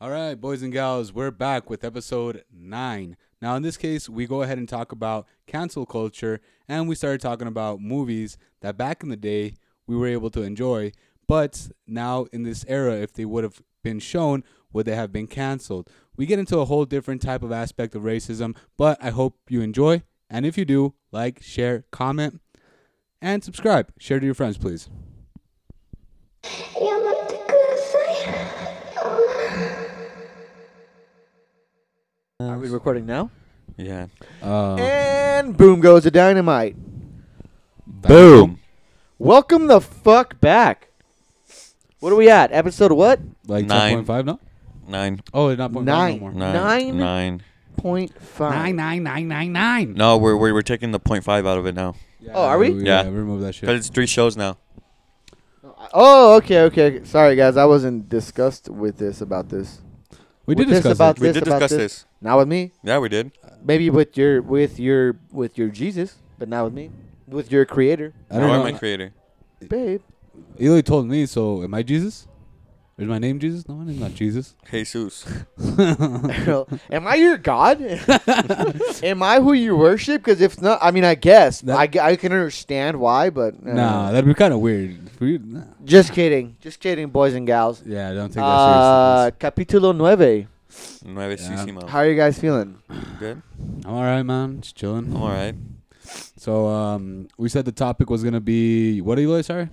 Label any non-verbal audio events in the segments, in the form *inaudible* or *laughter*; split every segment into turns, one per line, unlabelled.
All right, boys and gals, we're back with episode nine. Now, in this case, we go ahead and talk about cancel culture, and we started talking about movies that back in the day we were able to enjoy, but now in this era, if they would have been shown, would they have been canceled? We get into a whole different type of aspect of racism, but I hope you enjoy. And if you do, like, share, comment, and subscribe. Share to your friends, please.
Are we recording now?
Yeah.
Uh,
Oh.
Eh.
And boom goes the dynamite.
Boom.
Welcome the fuck back. What are we at? Episode what?
Like
Nine.
10.5, no?
Nine.
Oh, not 0.5 no
Nine.
more.
Nine.
Nine?
Nine.
Point five.
Nine, nine, nine, nine, nine.
No, we're, we're we're taking the point five out of it now
Oh, are we?
Yeah,
Yeah.
remove that shit.
because it's three shows now.
Oh, okay, okay. okay. Sorry, guys. I wasn't discussed with this about this.
We did
With this
discuss
about
it.
We
This
did
about
discuss
this?
this.
Not with me.
Yeah, we did.
Maybe with your with your with your Jesus, but not with me. With your creator,
I don't
or
know.
my creator.
babe. *laughs*
Eli told me, so am I Jesus? Is my name Jesus? No, my name's not Jesus. *laughs*
Jesus.
Am I your God? *laughs* Am I who you worship? Because if not, I mean, I guess
That-
I, g- I can understand why, but uh,
*laughs* Nah, that'd be kind of weird. If we- nah.
Just kidding. Just kidding, boys and gals.
Yeah, don't take that
Uh,
seriously.
capítulo nueve.
Oh.
Nuevecísimo.
How are you guys feeling?
Good.
Uh,
please. I'm all right, man. Just chilling.
I'm all right.
So um, we said the topic was gonna be what, Eli? Sorry.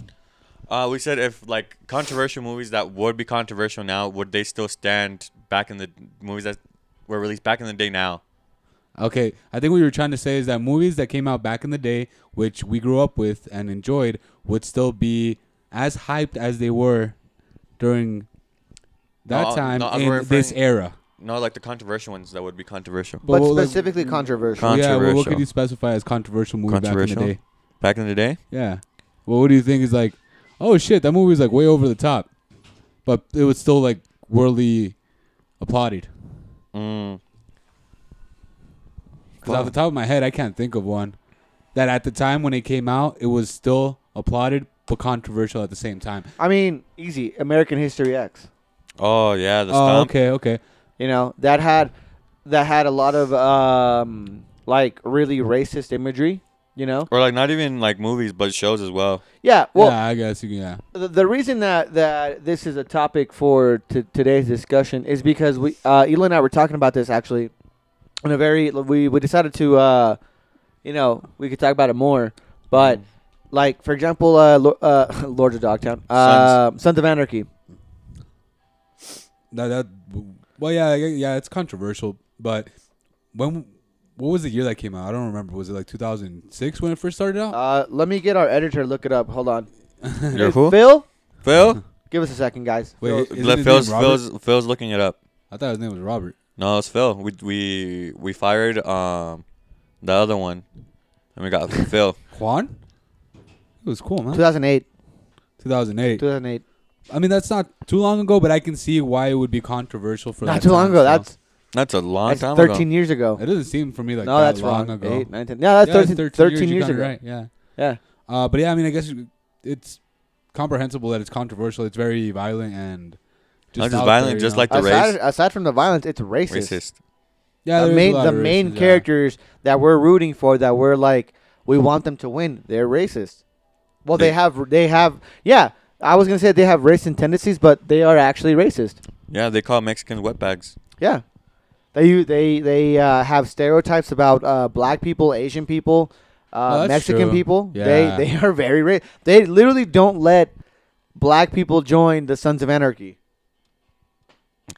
Uh, we said if like controversial movies that would be controversial now, would they still stand back in the movies that were released back in the day now?
Okay, I think what you were trying to say is that movies that came out back in the day, which we grew up with and enjoyed, would still be as hyped as they were during that
No,
time
no, I'm
in this
referring-
era.
No, like the controversial ones that would be controversial.
But,
what- like,
specifically controversial.
Con-
Yeah, well, what could
Controversial.
you specify as controversial movie back in the
Controversial?
day?
Back in the day?
Yeah. Well, what do you think is like? Oh shit, that movie was like way over the top, but it was still like worldly applauded.
Mm.
Because off the top of my head, I can't think of one that at the time when it came out, it was still applauded but controversial at the same time.
I mean, easy. American History X.
Oh yeah, the
Oh,
stomp.
okay, okay.
You know that had that had a lot of um like really racist imagery. You know.
Or like not even like movies, but shows
*laughs*
as well.
Yeah. Well,
yeah, I guess you can. Yeah.
the, the reason that that this is a topic for t- today's discussion is because we uh, Elon and I were talking about this actually in a very we we decided to uh, you know we could talk about it more, but
Mm.
like for example, uh, Lo- uh, *laughs* Lords of Dogtown, uh, Sons. of Anarchy.
That, that, well, yeah, yeah, yeah, it's controversial, but when. What was the year that came out? I don't remember. Was it like 2006 when it first started out?
Uh, let me get our editor to look it up. Hold on,
You're who?
Phil.
Phil?
Give us a second, guys.
Wait,
Phil-
isn't
Let
his
Phil's,
name Robert?
Phil's Phil's looking it up.
I thought his name was Robert.
No, it's Phil. We we we fired um the other one, and
*laughs*
we got Phil.
Juan? It was cool, man.
2008,
2008.
2008.
I mean, that's not too long ago, but I can see why it would be controversial for
Not
that
too long
time
ago.
still.
That's,
That's a long
that's
time
13
ago.
years ago.
It doesn't seem for me like
no,
that
that's
long
wrong.
ago.
Eight, nine, 10. No, that's
Yeah,
13,
it's
13
you
Uh, years
got it
ago.
Right, yeah.
Yeah.
Uh, but yeah, I mean, I guess you- it's comprehensible that it's controversial. It's very violent and just,
Not just
out
violent,
there, you
just
know.
like the race.
aside, aside from the violence, it's racist.
Racist.
yeah,
the
there's a
main,
lot
the
of
main
racism, yeah.
characters that we're rooting for, that we're like, we want them to win. They're racist. Well, they,
They-
have, they have, yeah. I was gonna say they have racist tendencies, but they are actually racist.
Yeah, they call Mexicans wetbags.
Yeah, they they they uh, have stereotypes about uh, black people, Asian people,
Oh,
uh,
that's
Mexican
true.
people.
Yeah.
They they are very racist. They literally don't let black people join the Sons of Anarchy.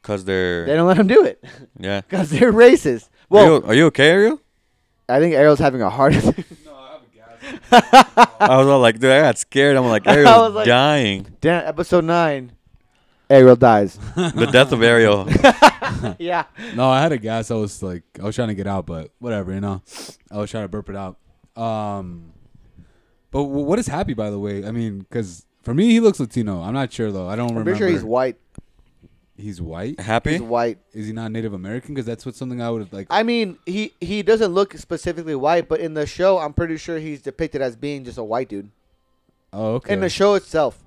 Cause they're
They don't let them do it
yeah.
because they're racist.
Well,
Well,
are you, are you okay, Ariel?
I think Ariel's having a heart attack.
I was all like, dude, I got scared.
*laughs*
I'm like, Ariel's
was like- *laughs*
dying.
*laughs* Damn, episode nine.
*laughs*
Ariel dies.
The death
*laughs*
of Ariel.
yeah.
No, I had a gas. I was like, I was trying to get out, but whatever, you know. I was trying to burp it out. Um, but w- what is happy, by the way? I mean, because for me, he looks Latino. I'm not sure though. I don't
I'm
remember.
pretty sure he's white.
He's white.
Happy?
He's white.
Is he not Native American? Because that's what something I would have like.
I mean, he he doesn't look specifically white, but in the show, I'm pretty sure he's depicted as being just a white dude.
oh, okay.
In the show itself,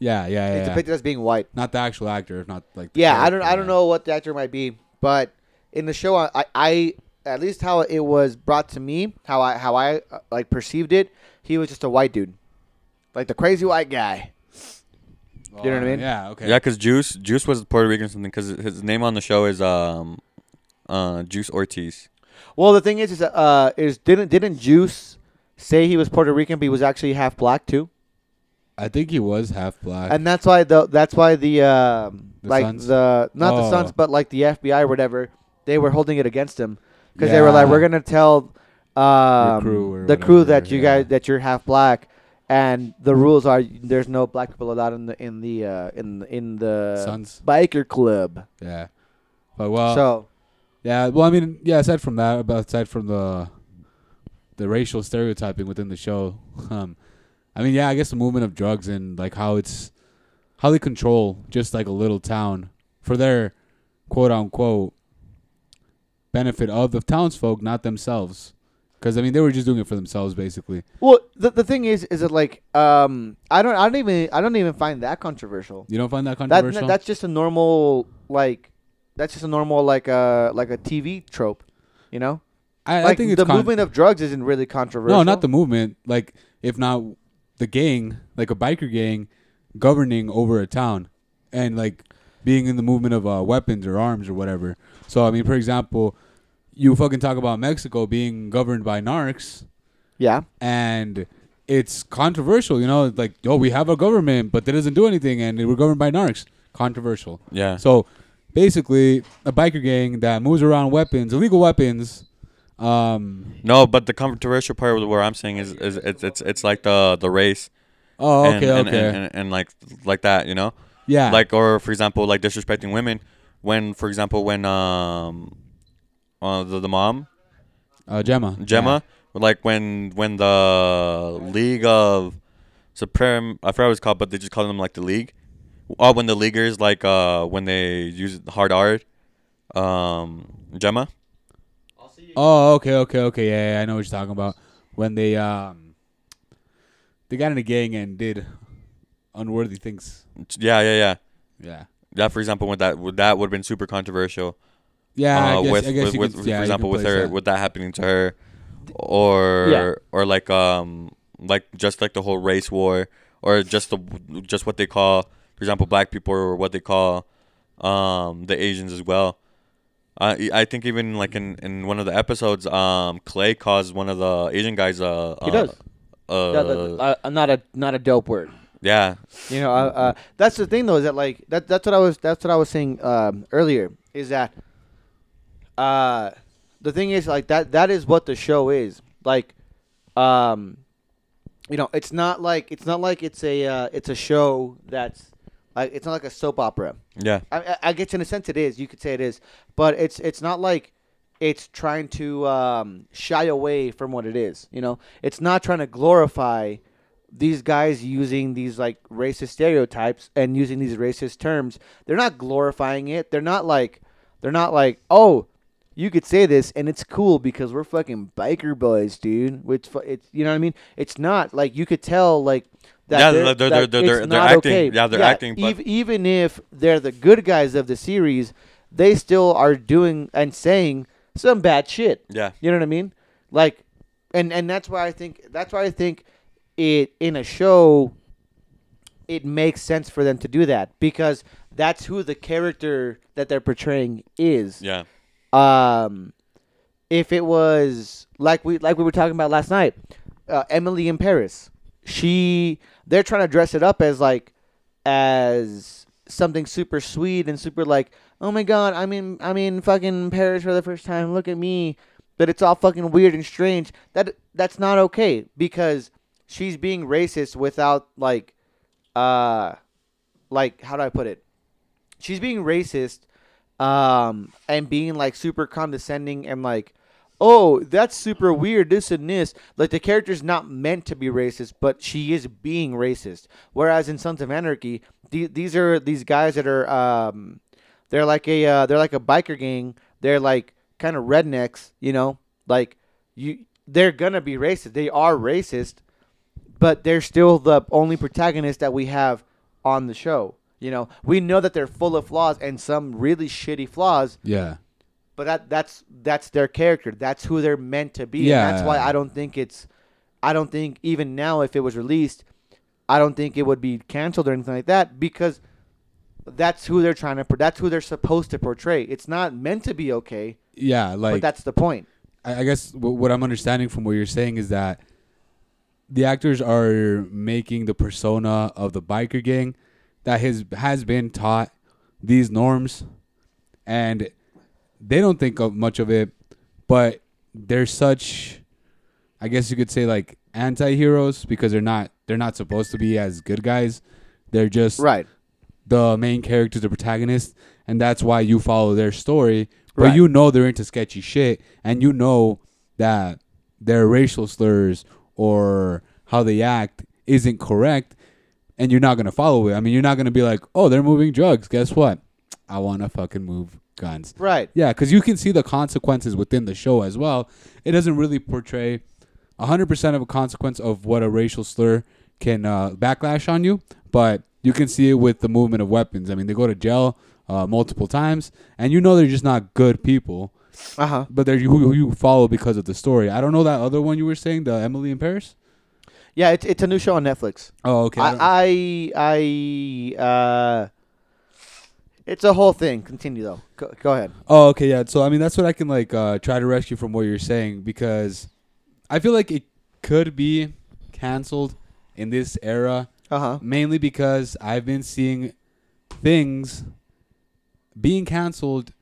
Yeah, yeah,
It's
yeah. yeah.
depicted as being white.
Not the actual actor, if not like. the
Yeah, I don't
character,
I don't
yeah.
know what the actor might be, but in the show, I, I, I at least how it was brought to me, how I how I uh, like perceived it, he was just a white dude, like the crazy white guy. you know what I mean?
Yeah. Okay.
Yeah, because Juice Juice was Puerto Rican something because his name on the show is um, uh, Juice Ortiz.
Well, the thing is, is uh, is didn't didn't Juice say he was Puerto Rican, but he was actually half black too,
I think he was half black.
and that's why the that's why the, um,
The
like
Suns?
the not the
Oh.
Suns, but like the FBI or whatever, they were holding it against him because they were like,
Yeah.
we're gonna tell um,
crew or
the crew
whatever,
that you
yeah.
guys that you're half black, and the rules are there's no black people allowed in the in the uh, in in the
Suns. Uh.
biker club.
Yeah. But well.
so
Yeah, well, I mean, yeah. Aside from that, about aside from the the racial stereotyping within the show, *laughs* um, I mean, yeah, I guess the movement of drugs and like how it's how they control just like a little town for their quote unquote benefit of the townsfolk, not themselves, because I mean, they were just doing it for themselves, basically.
well, the, the thing is, is that like um, I don't I don't even I don't even find that controversial.
You don't find that
That,
controversial?
that that's just a normal like that's just a normal like uh like a TV trope, you know.
I,
Like
I think it's
the
con-
movement of drugs isn't really controversial.
No, not the movement. Like, if not the gang, like a biker gang, governing over a town, and like being in the movement of uh, weapons or arms or whatever. So I mean, for example, you fucking talk about Mexico being governed by narcs,
yeah.
and it's controversial. You know, like oh, we have a government, but that doesn't do anything, and we're governed by narcs. Controversial.
Yeah. So
So basically, a biker gang that moves around weapons, illegal weapons. Um,
no, but the controversial part was where I'm saying is, is it's it's it's like the the race.
oh, okay,
and, and,
okay,
And, and, and like like that, you know.
yeah,
Like or for example, like disrespecting women. When for example, when um, uh, the the mom
uh, Gemma,
Gemma, like when when the League of Supreme, I forgot what it's called, but they just call them like the League. Oh, when the leaguers like uh when they use hard art, um, Gemma.
Oh, okay, okay, okay. Yeah, yeah, I know what you're talking about. When they um they got in a gang and did unworthy things.
Yeah, yeah, yeah.
Yeah.
That for example, with that would that would have been super controversial.
Yeah,
uh,
I guess,
with
I guess
with,
you
with
could,
for
yeah, you
example
could
with
place
her
that.
with that happening to her, or or like um like just like the whole race war, or just the just what they call for example black people or what they call um the Asians as well. I I think even like in, in one of the episodes, um Clay calls one of the Asian guys uh,
He
uh,
does.
uh,
not a not a dope word.
yeah
You know, uh, uh, that's the thing though, is that like that that's what I was that's what I was saying um, earlier is that uh, the thing is like that that is what the show is like, um, you know, it's not like it's not like it's a uh, it's a show that's like it's not like a soap opera.
yeah
I, I, I guess in a sense it is. You could say it is, but it's it's not like it's trying to um, shy away from what it is. You know, it's not trying to glorify these guys using these like racist stereotypes and using these racist terms. They're not glorifying it. They're not like they're not like oh. You could say this, and it's cool because we're fucking biker boys, dude. Which fu- it's you know what I mean. It's not like you could tell like that.
Yeah,
they're,
they're- they're-
that
they're-
it's
they're- they're
not
acting.
okay.
Yeah, they're acting, but-
ev- even if they're the good guys of the series, they still are doing and saying some bad shit.
yeah
You know what I mean? Like, and and that's why I think that's why I think it in a show it makes sense for them to do that because that's who the character that they're portraying is
yeah
um, if it was like we like we were talking about last night, uh, Emily in Paris, she they're trying to dress it up as like as something super sweet and super like oh my god I'm in I'm in fucking Paris for the first time look at me, but it's all fucking weird and strange that that's not okay because she's being racist without like uh like how do I put it she's being racist um and being like super condescending and like oh that's super weird this and this like the character's not meant to be racist but she is being racist whereas in sons of anarchy the- these are these guys that are um they're like a uh, they're like a biker gang they're like kind of rednecks you know like you they're gonna be racist they are racist but they're still the only protagonist that we have on the show. You know, we know that they're full of flaws and some really shitty flaws,
Yeah.
but that that's that's their character. That's who they're meant to be. And that's why
Yeah.
I don't think it's I don't think even now if it was released, I don't think it would be canceled or anything like that because that's who they're trying to pro- that's who they're supposed to portray. It's not meant to be okay,
Yeah.
but
Like
that's the point.
I, I guess w- what I'm understanding from what you're saying is that the actors are making the persona of the biker gang that has has been taught these norms, and they don't think of much of it, but they're such, I guess you could say like anti-heroes because they're not they're not supposed to be as good guys. They're just
Right.
the main character, the protagonist, and that's why you follow their story. But
Right.
you know they're into sketchy shit, and you know that their racial slurs or how they act isn't correct, and you're not gonna follow it. I mean, you're not gonna be like, oh, they're moving drugs. Guess what? I wanna fucking move guns.
Right.
Yeah, because you can see the consequences within the show as well. It doesn't really portray 100% of a consequence of what a racial slur can uh, backlash on you, but you can see it with the movement of weapons. I mean, they go to jail uh, multiple times, and you know they're just not good people,
Uh-huh.
but they're who, who you follow because of the story. I don't know that other one you were saying, the Emily in Paris.
Yeah, it's it's a new show on Netflix.
Oh, okay. I don't-
I I I uh it's a whole thing. Continue though. Go, go ahead.
Oh, okay, yeah. So I mean, that's what I can like uh, try to rescue from what you're saying because I feel like it could be canceled in this era
Uh-huh.
mainly because I've been seeing things being canceled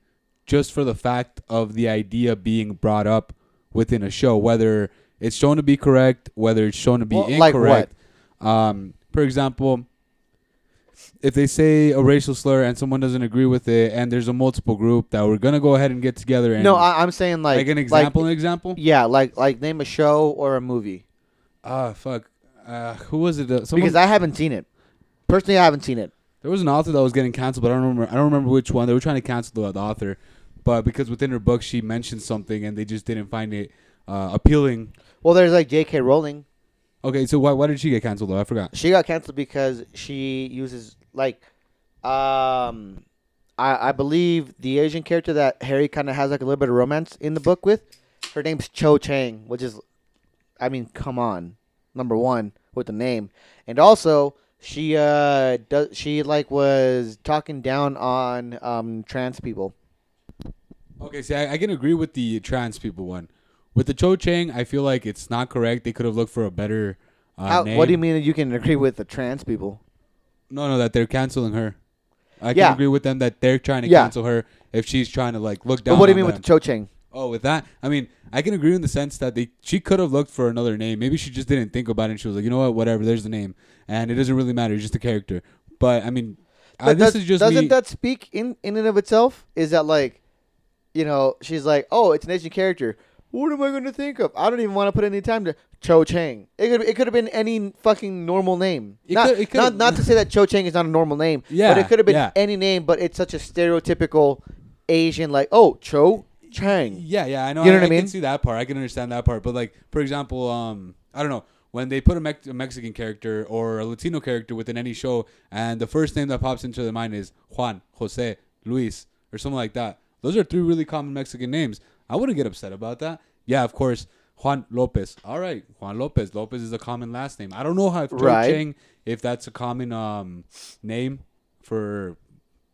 just for the fact of the idea being brought up within a show, whether it's shown to be correct, whether it's shown to be
Well, like what?
incorrect. Um, for example, if they say a racial slur and someone doesn't agree with it, and there's a multiple group that we're gonna go ahead and get together and
No, I, I'm saying like
like, an example, an example.
yeah, like like name a show or a movie
Ah, fuck. Uh, who was it? that- someone-
because I haven't seen it. Personally, I haven't seen it.
There was an author that was getting canceled, but I don't remember. I don't remember which one. They were trying to cancel the, the author, but because within her book she mentioned something and they just didn't find it uh, appealing.
Well, there's like J.K. Rowling.
Okay, so why why did she get canceled though? I forgot.
She got canceled because she uses like um I I believe the Asian character that Harry kind of has like a little bit of romance in the book with. Her name's Cho Chang, which is I mean, come on. Number 1 with the name. And also she uh does she like was talking down on um trans people.
Okay, see, I, I can agree with the trans people one. With the Cho Chang, I feel like it's not correct. They could have looked for a better uh,
How,
name.
what do you mean that you can agree with the trans people?
No, no, that they're canceling her. I
Yeah.
can agree with them that they're trying to
Yeah.
cancel her if she's trying to like look down.
But what do you
on
mean
them.
with the Cho Chang?
Oh, with that, I mean, I can agree in the sense that they she could have looked for another name. Maybe she just didn't think about it. and She was like, you know what, whatever. There's the name, and it doesn't really matter. It's just a character. But I mean, I,
But
this
does-
is just
doesn't
me.
that speak in in and of itself? Is that like, you know, she's like, oh, it's an Asian character. What am I going to think of? I don't even want to put any time to Cho Chang. It could it could have been any fucking normal name.
It
not,
could- it could
not
have-
not to say that Cho Chang is not a normal name.
Yeah,
but it could have been
yeah.
any name. But it's such a stereotypical Asian like, oh, Cho Chang.
yeah, yeah, I know.
You know
I,
what I mean?
can see that part. I can understand that part. But like, for example, um, I don't know when they put a, Mex- a Mexican character or a Latino character within any show, and the first name that pops into their mind is Juan, Jose, Luis, or something like that. Those are three really common Mexican names. I wouldn't get upset about that. Yeah, of course. Juan Lopez. All right, Juan Lopez. Lopez is a common last name. I don't know how if Cho
Right.
Chang, if that's a common um name for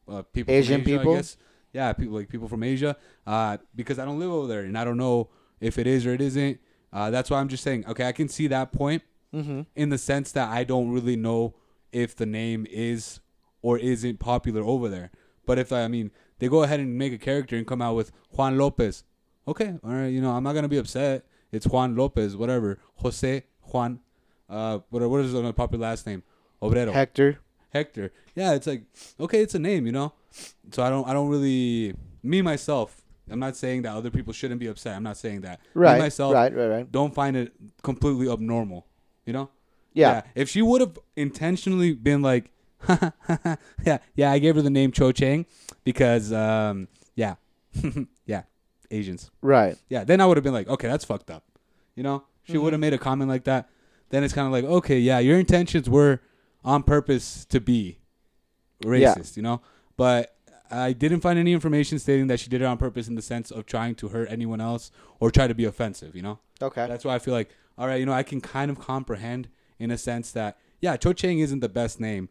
uh, people from
Asian
Asia,
people?
I guess. Yeah, people like people from Asia. Uh, because I don't live over there and I don't know if it is or it isn't. Uh, that's why I'm just saying. Okay, I can see that point in the sense that I don't really know if the name is or isn't popular over there. But if I mean they go ahead and make a character and come out with Juan Lopez, okay, all right, you know I'm not gonna be upset. It's Juan Lopez, whatever. Jose Juan, uh, what what is another popular last name? Obrero.
Hector.
Hector. Yeah, it's like okay, it's a name, you know. So I don't I don't really me myself. I'm not saying that other people shouldn't be upset. I'm not saying that.
Right,
Me myself
right, right, right.
don't find it completely abnormal, you know?
Yeah.
If she would have intentionally been like *laughs* yeah, yeah, I gave her the name Cho Chang because um yeah. *laughs* yeah. Asians.
Right.
Yeah, then I would have been like, okay, that's fucked up. You know, she would have made a comment like that. Then it's kind of like, okay, yeah, your intentions were on purpose to be
Yeah.
racist, you know? But I didn't find any information stating that she did it on purpose in the sense of trying to hurt anyone else or try to be offensive, you know?
Okay.
That's why I feel like, all right, you know, I can kind of comprehend in a sense that, yeah, Cho Chang isn't the best name.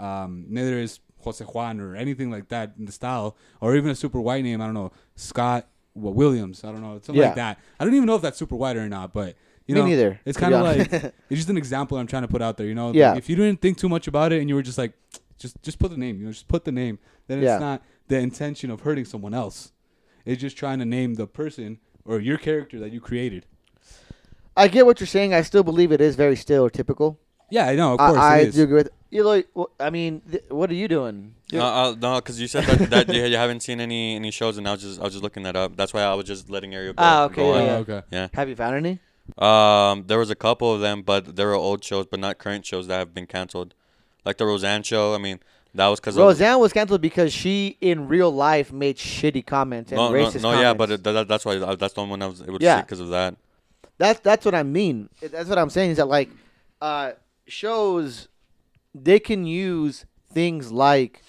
Um, neither is Jose Juan or anything like that in the style, or even a super white name. I don't know, Scott what, Williams. I don't know, something
Yeah.
like that. I don't even know if that's super white or not, but you
Me
know,
neither,
It's
to
kind
be
of like
honest. *laughs*
it's just an example I'm trying to put out there. You know, Like,
Yeah.
if you didn't think too much about it and you were just like, just just put the name, you know, just put the name, then it's
Yeah.
not the intention of hurting someone else. It's just trying to name the person or your character that you created.
I get what you're saying. I still believe it is very stereotypical.
Yeah, I know. Of course,
I, I
it is.
do agree with. You like? well, I mean, th- what are you doing?
No, uh, no, because you said that, that you, *laughs* you haven't seen any any shows, and I was just I was just looking that up. That's why I was just letting Ariel go.
Ah, okay,
go
Oh,
yeah,
on.
okay.
yeah.
Have you found any?
Um, there was a couple of them, but there were old shows, but not current shows that have been canceled, like the Roseanne show. I mean, that was because
Roseanne was canceled because she, in real life, made shitty comments and
No, no,
racist
no, yeah, but
comments.
it, that, that- that's why I, that's the one I was able to
Yeah.
see because of that.
that's that's what I mean. That's what I'm saying is that like uh, shows they can use things like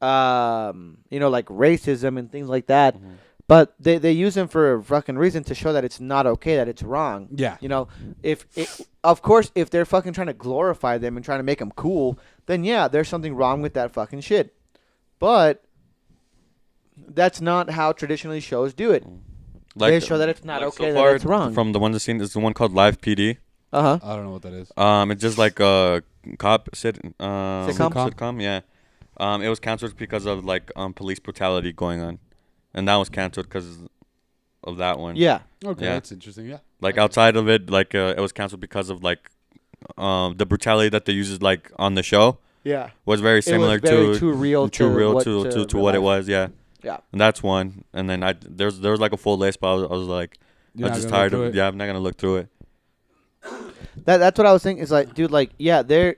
um, you know like racism and things like that,
Mm-hmm.
but they they use them for a fucking reason to show that it's not okay, that it's wrong.
Yeah.
you know if it, of course if they're fucking trying to glorify them and trying to make them cool, then yeah, there's something wrong with that fucking shit, but. That's not how traditionally shows do it. They show that it's not okay, that it's wrong.
From the ones I've seen, is the one called Live PD.
Uh huh.
I don't know what that is.
Um, it's just like a cop sit, um,
Sitcom?
Sitcom.
sitcom, yeah. Um, it was canceled because of like um police brutality going on, and that was canceled because of that one.
Yeah.
Okay,
Yeah.
that's interesting. Yeah.
Like outside of it, like uh, it was canceled because of like, um, the brutality that they uses like on the show
Yeah.
was very similar
it was very
to
too real
too
to
real
what,
to to, to
real
what it
life.
was. Yeah,
Yeah.
and that's one. And then I there's there was like a full list, but I was, I was like,
You're
I'm
not
just
gonna
tired
go
of
through
it. Yeah, I'm not gonna look through it.
That that's what I was thinking. Is like, dude, like, yeah, there.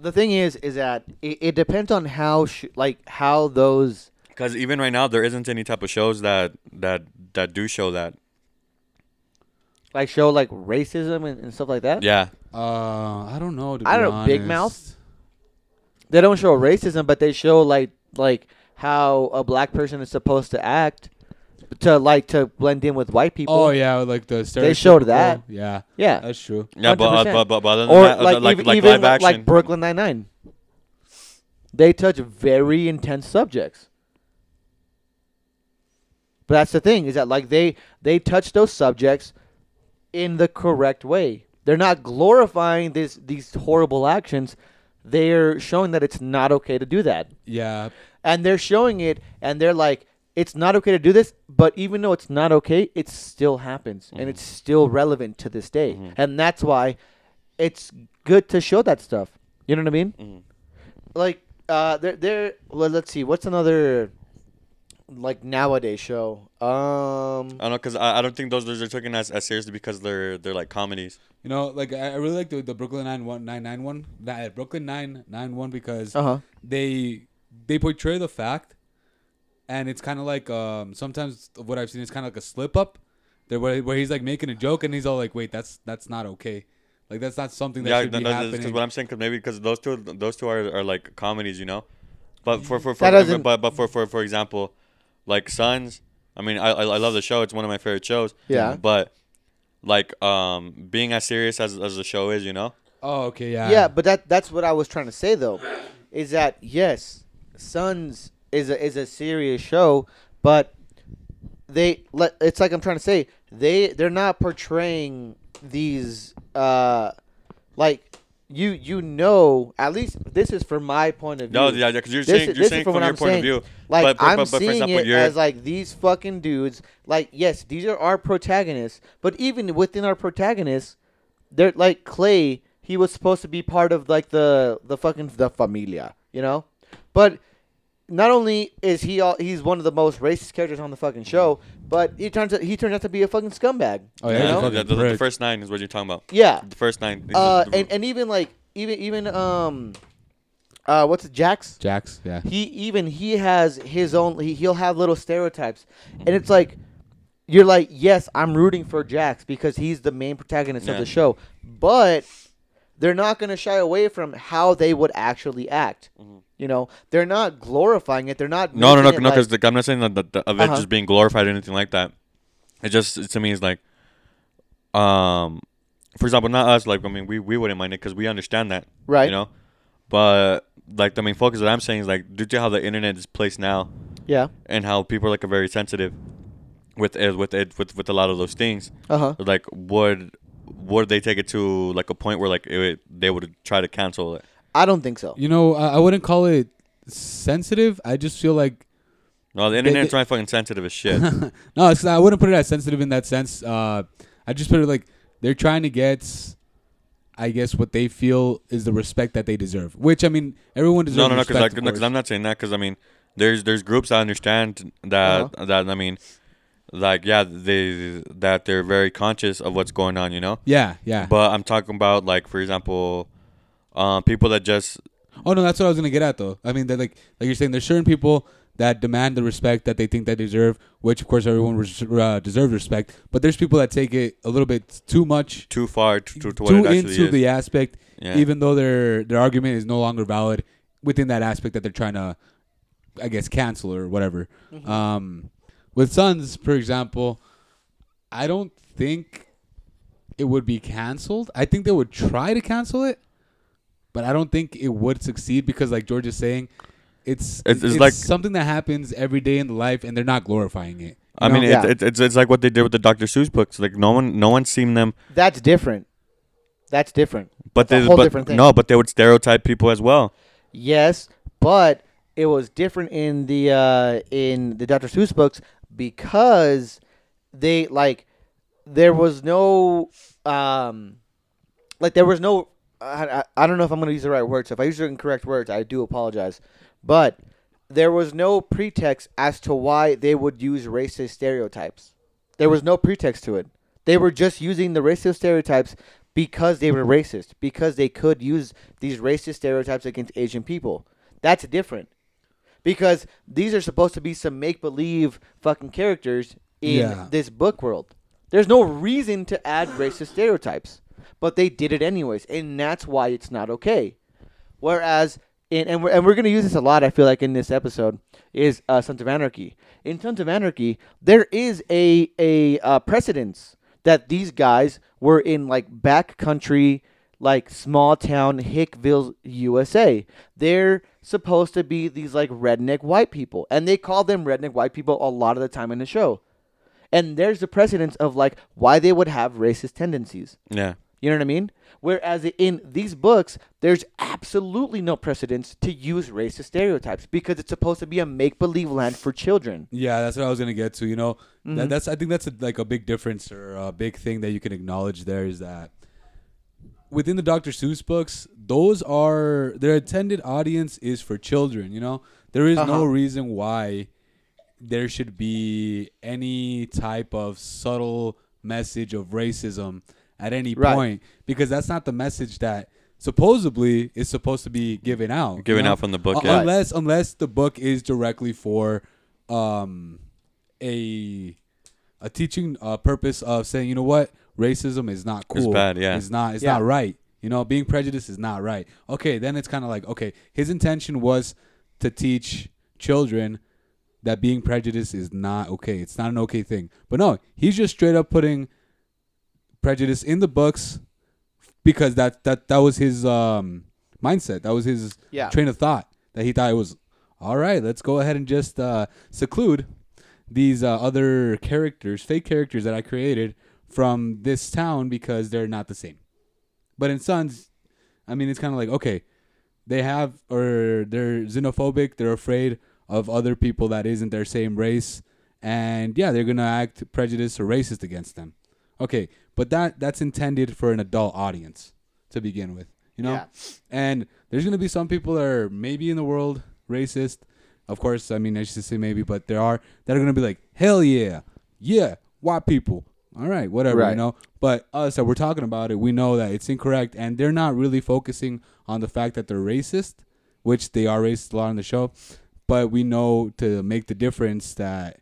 The thing is, is that it, it depends on how, sh- like, how those.
Because even right now, there isn't any type of shows that that that do show that.
Like show like racism and, and stuff like that.
Yeah,
Uh, I don't know. To
I
be
don't know, Big
honest.
Mouth? They don't show racism, but they show like like how a black person is supposed to act, to like to blend in with white people.
Oh yeah, like the
They showed
stereotypical-
that.
Yeah,
yeah.
that's true.
yeah, but, uh,
100%.
but but but other than
Or
that, uh,
like
like
even,
like
even
live
like,
action,
like Brooklyn Nine Nine. They touch very intense subjects. But that's the thing is that like they they touch those subjects in the correct way. They're not glorifying this these horrible actions. They're showing that it's not okay to do that.
Yeah,
And they're showing it and they're like it's not okay to do this, but even though it's not okay, it still happens and it's still relevant to this day. And that's why it's good to show that stuff. You know what I mean? Like, uh, there, there. Well, let's see. What's another like nowadays show? Um,
I don't know because I, I don't think those those are taken as, as seriously because they're they're like comedies.
you know, like I I really like the, the Brooklyn Nine One Nine Nine One that Brooklyn Nine Nine One because
Uh-huh.
they they portray the fact, and it's kind of like um sometimes what I've seen is kind of like a slip up, there where, where he's like making a joke and he's all like, wait, that's that's not okay, like that's not something that
yeah,
should
no,
be
no,
happening.
because what I'm saying, because maybe because those two those two are, are like comedies, you know. But for for, for
That doesn't-
but but for, for for example, like Sons. I mean, I I I love the show. It's one of my favorite shows.
Yeah.
But like um being as serious as as the show is, you know.
oh, okay, yeah,
yeah, but that that's what I was trying to say though, is that yes, Sons is a is a serious show, but they let it's like I'm trying to say they they're not portraying these uh like you you know at least this is from my point of view.
No, yeah, because you're
This
saying
is-
you're
this is
saying
from
from,
what
your
I'm
point
saying.
of view.
Like
but, but-
I'm
but- but for
seeing
example,
it
you're-
as like these fucking dudes. Like yes, these are our protagonists, but even within our protagonists, they're like Clay. He was supposed to be part of like the the fucking the familia, you know. But not only is he all, he's one of the most racist characters on the fucking show, but he turns out he turns out to be a fucking scumbag.
Oh,
yeah,
you
the-
know?
the, the- the
Prick.
first nine is what you're talking about.
Yeah.
The first nine.
Uh,
the-
and and even like even even um, uh, what's it, Jax?
Jax, yeah,
he even he has his own he, he'll have little stereotypes and it's like you're like yes i'm rooting for jax because he's the main protagonist of
Yeah.
the show but they're not going to shy away from how they would actually act. You know, they're not glorifying it. They're not.
Mm-hmm. No, no, no,
making it
no.
like-
Because like, I'm not saying that the, the, of it
Uh-huh.
just being glorified or anything like that. It just it, to me is like, um, for example, not us. Like I mean, we we wouldn't mind it because we understand that,
Right.
You know, but like the main focus that I'm saying is like due to how the internet is placed now
yeah.
and how people like are very sensitive with it, with it with with a lot of those things.
Uh huh.
Like would would they take it to like a point where like it, they would try to cancel it?
I don't think so.
You know, I, I wouldn't call it sensitive. I just feel like *laughs*
No, the internet's
they-
right fucking sensitive as shit.
no, it's, I wouldn't put it as sensitive in that sense. Uh, I just put it like they're trying to get, I guess, what they feel is the respect that they deserve. Which I mean, everyone deserves.
No, no, no,
respect,
because like,
of
no, 'cause
course.
I'm not saying that. Because I mean, there's there's groups I understand that
Uh-huh.
that I mean, like yeah, they that they're very conscious of what's going on, you know.
Yeah, yeah.
But I'm talking about like for example, um, people that just
oh no, that's what I was gonna get at though. I mean, that like like you're saying, there's certain people that demand the respect that they think they deserve. Which of course everyone res- uh, deserves respect, but there's people that take it a little bit too much,
too far to, to, to what
too
it actually
into
is.
the aspect,
Yeah.
even though their their argument is no longer valid within that aspect that they're trying to, I guess, cancel or whatever. Um, with Suns, for example, I don't think it would be canceled. I think they would try to cancel it, but I don't think it would succeed because, like George is saying, it's
It's-
it's,
it's like-
something that happens every day in the life, and they're not glorifying it.
I
you
mean,
know?
it,
Yeah.
it, it's it's like what they did with the Dr. Seuss books. Like no one no one's seen them,
That's different. That's different. That's
but they
a whole
but
different thing.
no, but they would stereotype people as well.
Yes, but it was different in the uh, in the Dr. Seuss books because they like there was no um like there was no I, I, I don't know if I'm going to use the right word. So if I use the incorrect words, I do apologize. But there was no pretext as to why they would use racist stereotypes. There was no pretext to it. They were just using the racist stereotypes because they were racist, because they could use these racist stereotypes against Asian people. That's different. Because these are supposed to be some make believe fucking characters in
Yeah.
this book world. There's no reason to add racist stereotypes, but they did it anyways, and that's why it's not okay. Whereas, in, and we're, and we're going to use this a lot, I feel like, in this episode, is uh, Sons of Anarchy. In Sons of Anarchy, there is a, a uh, precedence that these guys were in like backcountry, like small town Hickville, USA. They're supposed to be these like redneck white people, and they call them redneck white people a lot of the time in the show. And there's the precedence of like why they would have racist tendencies.
Yeah,
You know what I mean? Whereas in these books, there's absolutely no precedence to use racist stereotypes because it's supposed to be a make believe land for children.
Yeah, that's what I was gonna get to. You know,
Mm-hmm.
that, that's I think that's a, like a big difference or a big thing that you can acknowledge there is that within the Dr. Seuss books, those are their intended audience is for children. You know, there is no
Uh-huh.
reason why there should be any type of subtle message of racism at any
Right.
point because that's not the message that supposedly is supposed to be given out. you
Given
know?
out from the book,
U-
yeah.
unless unless the book is directly for um a a teaching uh, purpose of saying you know what racism is not cool
bad, yeah.
it's not it's
Yeah.
not right you know being prejudiced is not right okay then it's kind of like okay his intention was to teach children that being prejudiced is not okay it's not an okay thing but no he's just straight up putting prejudice in the books because that that that was his um mindset. That was his
Yeah.
train of thought that he thought it was all right. Let's go ahead and just uh, seclude these uh, other characters, fake characters that I created from this town because they're not the same. But in Sons, I mean, it's kind of like okay, they have or they're xenophobic. They're afraid of other people that isn't their same race, and yeah, they're gonna act prejudiced or racist against them. Okay, but that that's intended for an adult audience to begin with, you know.
Yeah.
And there's gonna be some people that are maybe in the world racist. Of course, I mean I should say maybe, but there are that are gonna be like hell yeah, yeah, white people. All right, whatever, you
Right.
know. But us that we're talking about it, we know that it's incorrect, and they're not really focusing on the fact that they're racist, which they are racist a lot on the show. But we know to make the difference that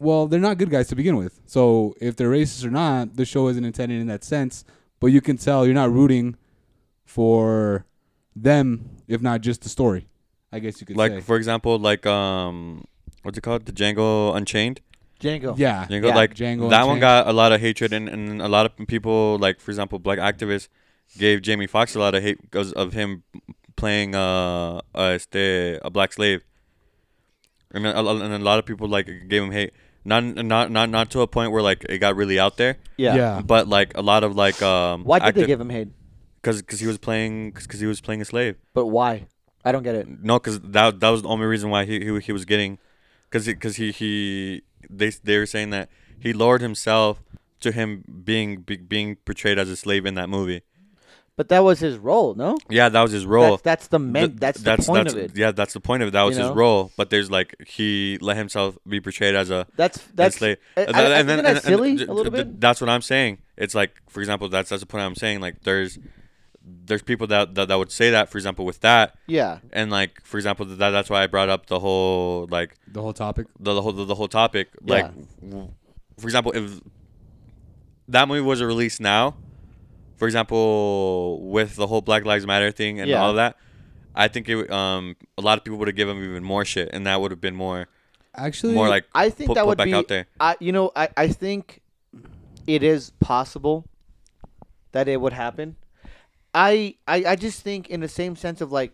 well, they're not good guys to begin with. So if they're racist or not, the show isn't intended in that sense. But you can tell you're not rooting for them, if not just the story. I guess you could
like
say.
for example, like um, what's it called? The Django Unchained.
Django.
yeah,
Django,
Yeah.
like
Django
that one
Unchained.
got a lot of hatred, and, and a lot of people, like for example, black activists gave Jamie Foxx a lot of hate because of him playing uh, uh este, a black slave. And a, a- and a lot of people like gave him hate, not not not not to a point where like it got really out there,
Yeah.
Yeah.
but like a lot of like um.
Why did they give him hate?
Because because he was playing because he was playing a slave.
But why? I don't get it.
No, because that that was the only reason why he he, he was getting, because because he, he they they were saying that he lowered himself to him being be, being portrayed as a slave in that movie.
But that was his role, no?
Yeah, that was his role.
That's, that's the men,
Th-
that's, the point
that's,
of it.
Yeah, that's the point of it. That was
You
his
know?
role. But there's like he let himself be portrayed as a
That's that's
slave.
I,
And
I,
then-
I
and
think
then-
that's
and- and
silly
th-
a little
th-
bit.
That's what I'm saying. It's like, for example, that's that's the point I'm saying. Like, there's there's people that that, that would say that. For example, with that,
Yeah.
and like for example that that's why I brought up the whole like
the whole topic.
the, the whole the, the whole topic like
Yeah.
w- for example if that movie was released now for example with the whole Black Lives Matter thing and
Yeah.
all that I think it would, um a lot of people would have given him even more shit and that would have been more
Actually,
more like
I think
put,
that
put
would
back
be.
out there
I, you know, I, I think it is possible that it would happen. I, I I just think in the same sense of like,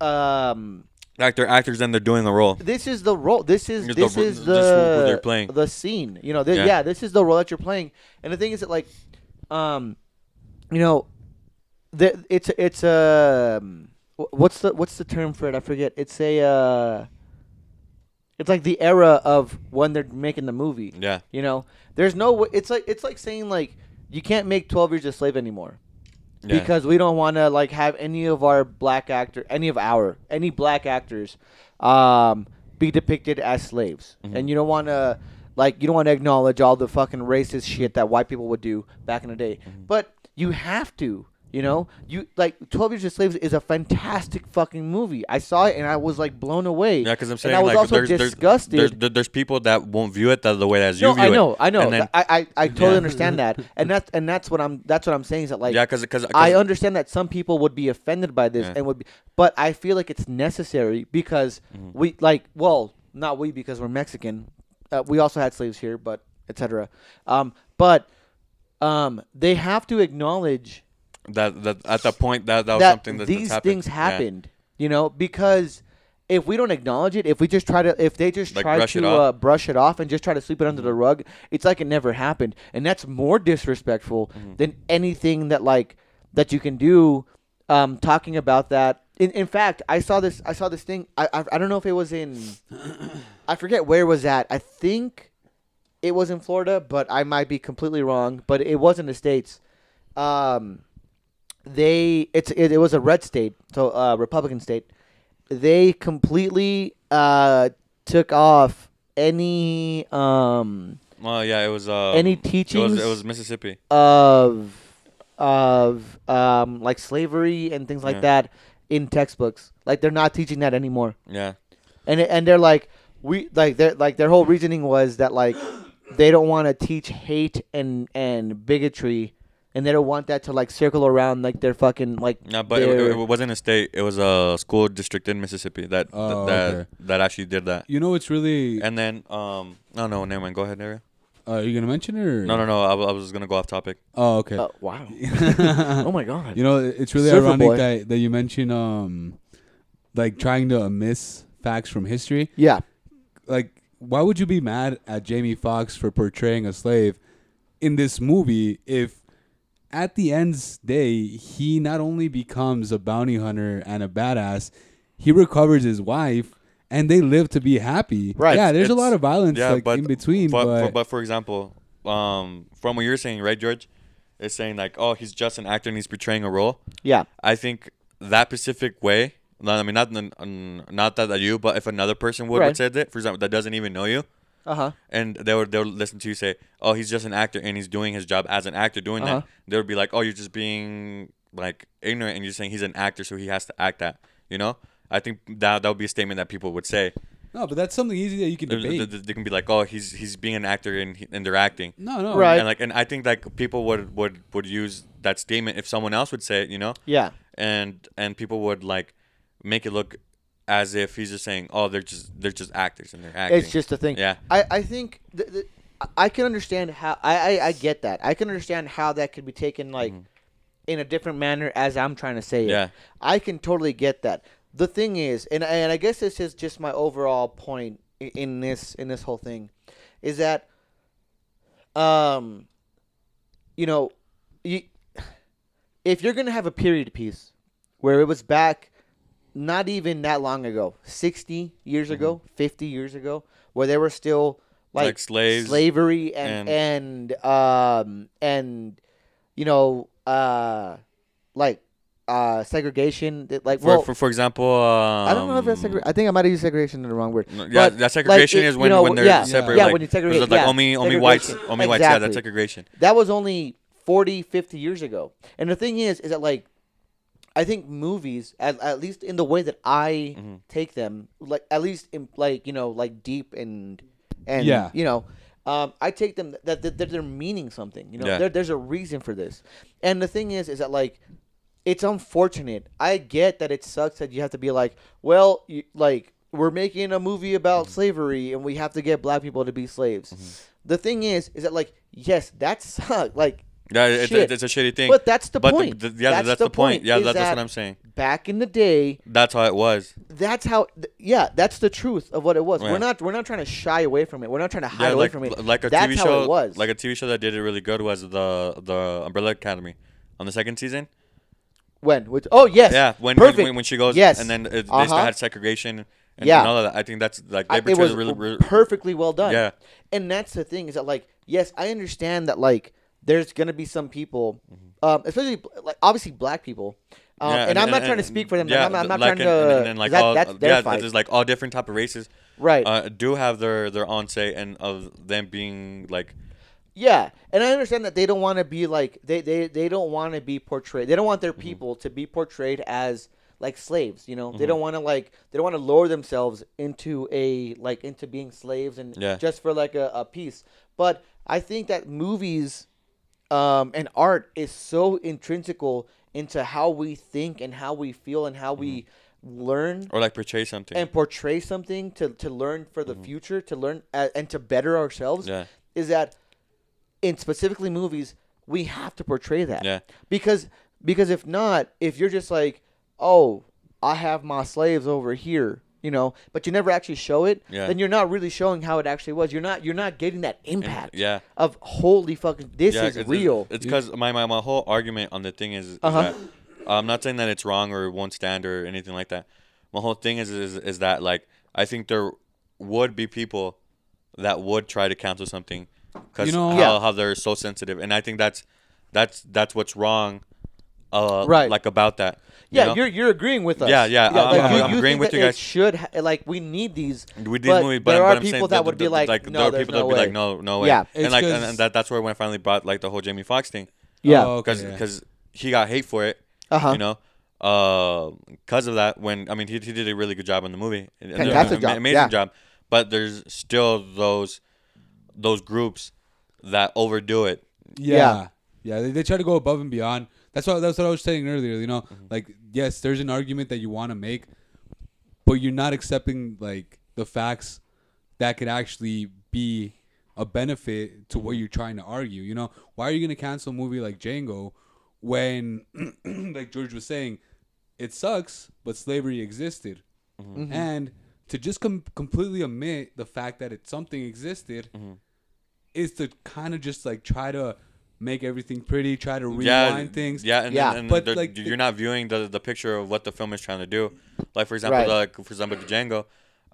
um,
like they're actors and they're doing the role
this is the role. This is
Just the
this
ro-
is
just who-
the
who they're playing.
the scene. You know, this,
Yeah.
yeah. this is the role that you're playing. And the thing is that like, um, you know, the, it's it's um, wh- what's the what's the term for it? I forget. It's a uh, it's like the era of when they're making the movie.
yeah
You know, there's no. wa- It's like it's like saying like you can't make Twelve Years a Slave anymore
yeah
because we don't want to like have any of our black actor, any of our any black actors, um, be depicted as slaves,
Mm-hmm.
and you don't want to like you don't want to acknowledge all the fucking racist shit that white people would do back in the day,
Mm-hmm.
but you have to. You know, you like Twelve Years a Slave is a fantastic fucking movie. I saw it and I was like blown away.
yeah, because I'm
and I
saying
was
like
also
there's, there's, there's
disgusted
there- there's people that won't view it the, the way as you
no,
view
I
it.
know, I know.
And then,
I, I, I totally
Yeah.
understand
*laughs*
that, and that's and that's what I'm that's what I'm saying is that like
yeah, because
I understand that some people would be offended by this
Yeah.
and would be, but I feel like it's necessary because
Mm-hmm.
we like well not we because we're Mexican, uh, we also had slaves here, but etc. Um, but um, they have to acknowledge
that that at the point that that was
that
something that,
these
that's happened.
things
Yeah.
happened, you know, because if we don't acknowledge it, if we just try to, if they just
Like,
try
brush it
to
off? Mm-hmm.
uh, brush it off and just try to sweep it under the rug, it's like it never happened, and that's more disrespectful
Mm-hmm.
than anything that like that you can do. Um, talking about that. In, in fact, I saw this. I saw this thing. I, I I don't know if it was
*coughs*
in. I forget where it was at. I think it was in Florida, but I might be completely wrong. But it was in the states. Um, they it's it, it was a red state, so uh, Republican state. They completely uh, took off any um,
Well, yeah, it was. Uh,
Any
It
teachings?
was, it was Mississippi.
of of um, like slavery and things like
Yeah.
that in textbooks. Like they're not teaching that anymore.
Yeah,
and it- and they're like we like their like their whole reasoning was that like they don't want to teach hate and and bigotry and they don't want that to like circle around like their fucking like
no, but it,
their-
it, it wasn't a state. It was a school district in Mississippi that
Oh,
that
okay.
that actually did that.
you know what's really?
And then, um, no, no, never mind. Go ahead, Ariel.
uh, are you gonna mention it? Or?
No, no, no. I, wa- I was gonna go off topic.
Oh, okay. *laughs*
Uh, wow oh my god
You know, it's really
Surfer
ironic
boy.
that, that you mention um, like trying to miss facts from history.
yeah
Like, why would you be mad at Jamie Foxx for portraying a slave in this movie if, at the end's day, he not only becomes a bounty hunter and a badass, he recovers his wife and they live to be happy.
Right.
Yeah. There's a
It's-
lot of violence
yeah,
like
but,
in between,
But,
but,
for, but for example, um, from what you're saying, right, George, is saying like, oh, he's just an actor and he's portraying a role.
yeah
I think that specific way. no, I mean, not um, not that, that you, but if another person would
Right.
have said that, for example, that doesn't even know you,
uh-huh
and they would they would listen to you say, "Oh, he's just an actor and he's doing his job as an actor doing
Uh-huh.
that." They would be like, "Oh, you're just being like ignorant and you're saying he's an actor, so he has to act that." You know, I think that that would be a statement that people would say.
No, but that's something easy that you can
They, they-
debate.
they- they can be like, oh, he's he's being an actor and he, and they're acting.
No, no.
Right.
And like, and I think like people would would would use that statement if someone else would say it, you know,
Yeah.
and and people would like make it look as if he's just saying, oh, they're just they're just actors and they're acting.
It's just a thing.
Yeah.
I, I think th- th- I can understand how I, I, I get that. I can understand how that could be taken like in a different manner as I'm trying to say it.
Yeah.
I can totally get that. The thing is, and and I guess this is just my overall point i- in this in this whole thing, is that um, you know, you, if you're gonna have a period piece where it was back not even that long ago, 60 years ago, 50 years ago, where they were still like,
Mm-hmm. Like slaves
slavery and and, um and you know uh like uh segregation that, like
for,
well,
for for example, um,
I don't know if that's segregation. I think I might have used segregation in the wrong word.
No, Yeah,
But,
that
like,
segregation
it-
is
you
when,
know,
when they're
yeah,
separate.
Yeah,
like,
when you segregate,
Like
yeah,
only only whites,
segregation.
only whites. Yeah, that's
Exactly.
segregation.
that was only 40 50 years ago and the thing is is that like i think movies at, at least in the way that i take them like at least in like you know like deep and and
Yeah.
you know um, i take them that, that, that they're meaning something you know
Yeah.
there, there's a reason for this and the thing is is that like it's unfortunate i get that it sucks that you have to be like well you, like we're making a movie
Mm-hmm.
about slavery and we have to get black people to be slaves the thing is is that like yes that sucked like
Yeah, it's,
shit.
it's, it's a shitty thing.
But that's the
But
point.
The, yeah, that's, the, point. Yeah,
is
that's, that's
that
what I'm saying.
Back in the day,
That's how it was.
that's how. th- Yeah, that's the truth of what it was.
Yeah.
We're not. We're not trying to shy away from it. We're not trying to hide
Yeah,
away
like
from it.
like a
that's
TV
how
show.
it was.
Like a TV show that did it really good was the the Umbrella Academy on the second season.
when? Which, oh yes.
Yeah, when when,
Perfect.
when, when she goes.
Yes.
and then it, they still
Uh-huh.
had segregation. And,
Yeah.
and all of that. I think that's like
I-
they
it
portrayed
was
it really, really
perfectly well done.
Yeah.
And that's the thing is that like yes, I understand that like there's gonna be some people, um, especially like obviously black people, um,
Mm-hmm. Yeah,
and, I'm not trying to speak for them. like,
yeah,
I'm not, I'm not
like,
trying to.
And, and, and like
'cause that,
all,
that's their
yeah,
fight.
there's like all different type of races.
Right.
Uh, do have their their own say and of them being like
Yeah, and I understand that they don't want to be like they they they don't want to be portrayed. They don't want their people to be portrayed as like slaves. You know, they don't want to like they don't want to lower themselves into a like into being slaves and
Yeah.
just for like a, a piece. But I think that movies um, and art is so intrinsical into how we think and how we feel and how we learn
or like portray something.
and portray something to, to learn for the future, to learn uh, and to better ourselves,
Mm-hmm. Yeah.
is that in specifically movies we have to portray that.
Yeah.
Because because if not, if you're just like, oh, I have my slaves over here, you know, but you never actually show it,
Yeah.
then you're not really showing how it actually was. You're not you're not getting that impact.
yeah.
Of holy fucking, this is
it's-
real.
It's because my, my my whole argument on the thing is, is
Uh-huh.
that uh, I'm not saying that it's wrong or it won't stand or anything like that. My whole thing is is, is that like I think there would be people that would try to cancel something because
You know-
how,
Yeah.
how they're so sensitive, and I think that's that's that's what's wrong, uh,
Right.
Like about that. you
yeah,
know?
you're you're agreeing with us.
Yeah, yeah, I'm-
like,
I'm-
you,
I'm
you
agreeing
think
with
that it
you guys.
Should ha- like we need these.
with these
but
movies, but,
there are
but I'm
people
saying
that would be like, no,
there are
there's
people
no
that'd be like,
way.
no, no way.
Yeah.
and
It's
like,
'cause-
and, and that, that's where when I finally brought like the whole Jamie Foxx thing,
Yeah.
Oh,
because
okay.
because he got hate for it,
Uh-huh.
you know, because of that. When I mean, he, he did a really good job in the movie, And- and
Fantastic
ama-
job,
amazing
yeah.
job. But there's still those those groups that overdo it.
Yeah. Yeah. they, they try to go above and beyond. That's what that's what I was saying earlier, you know. Like yes, there's an argument that you want to make, but you're not accepting like the facts that could actually be a benefit to what you're trying to argue, you know. Why are you going to cancel a movie like Django when *clears throat* like George was saying, it sucks, but slavery existed. And to just com- completely omit the fact that it something existed is to kind of just like try to make everything pretty, try to rewind
yeah,
things.
Yeah, and,
Yeah.
and, and
But,
they're-
like,
you're not viewing the the picture of what the film is trying to do. Like for example,
Right.
like for example, Django.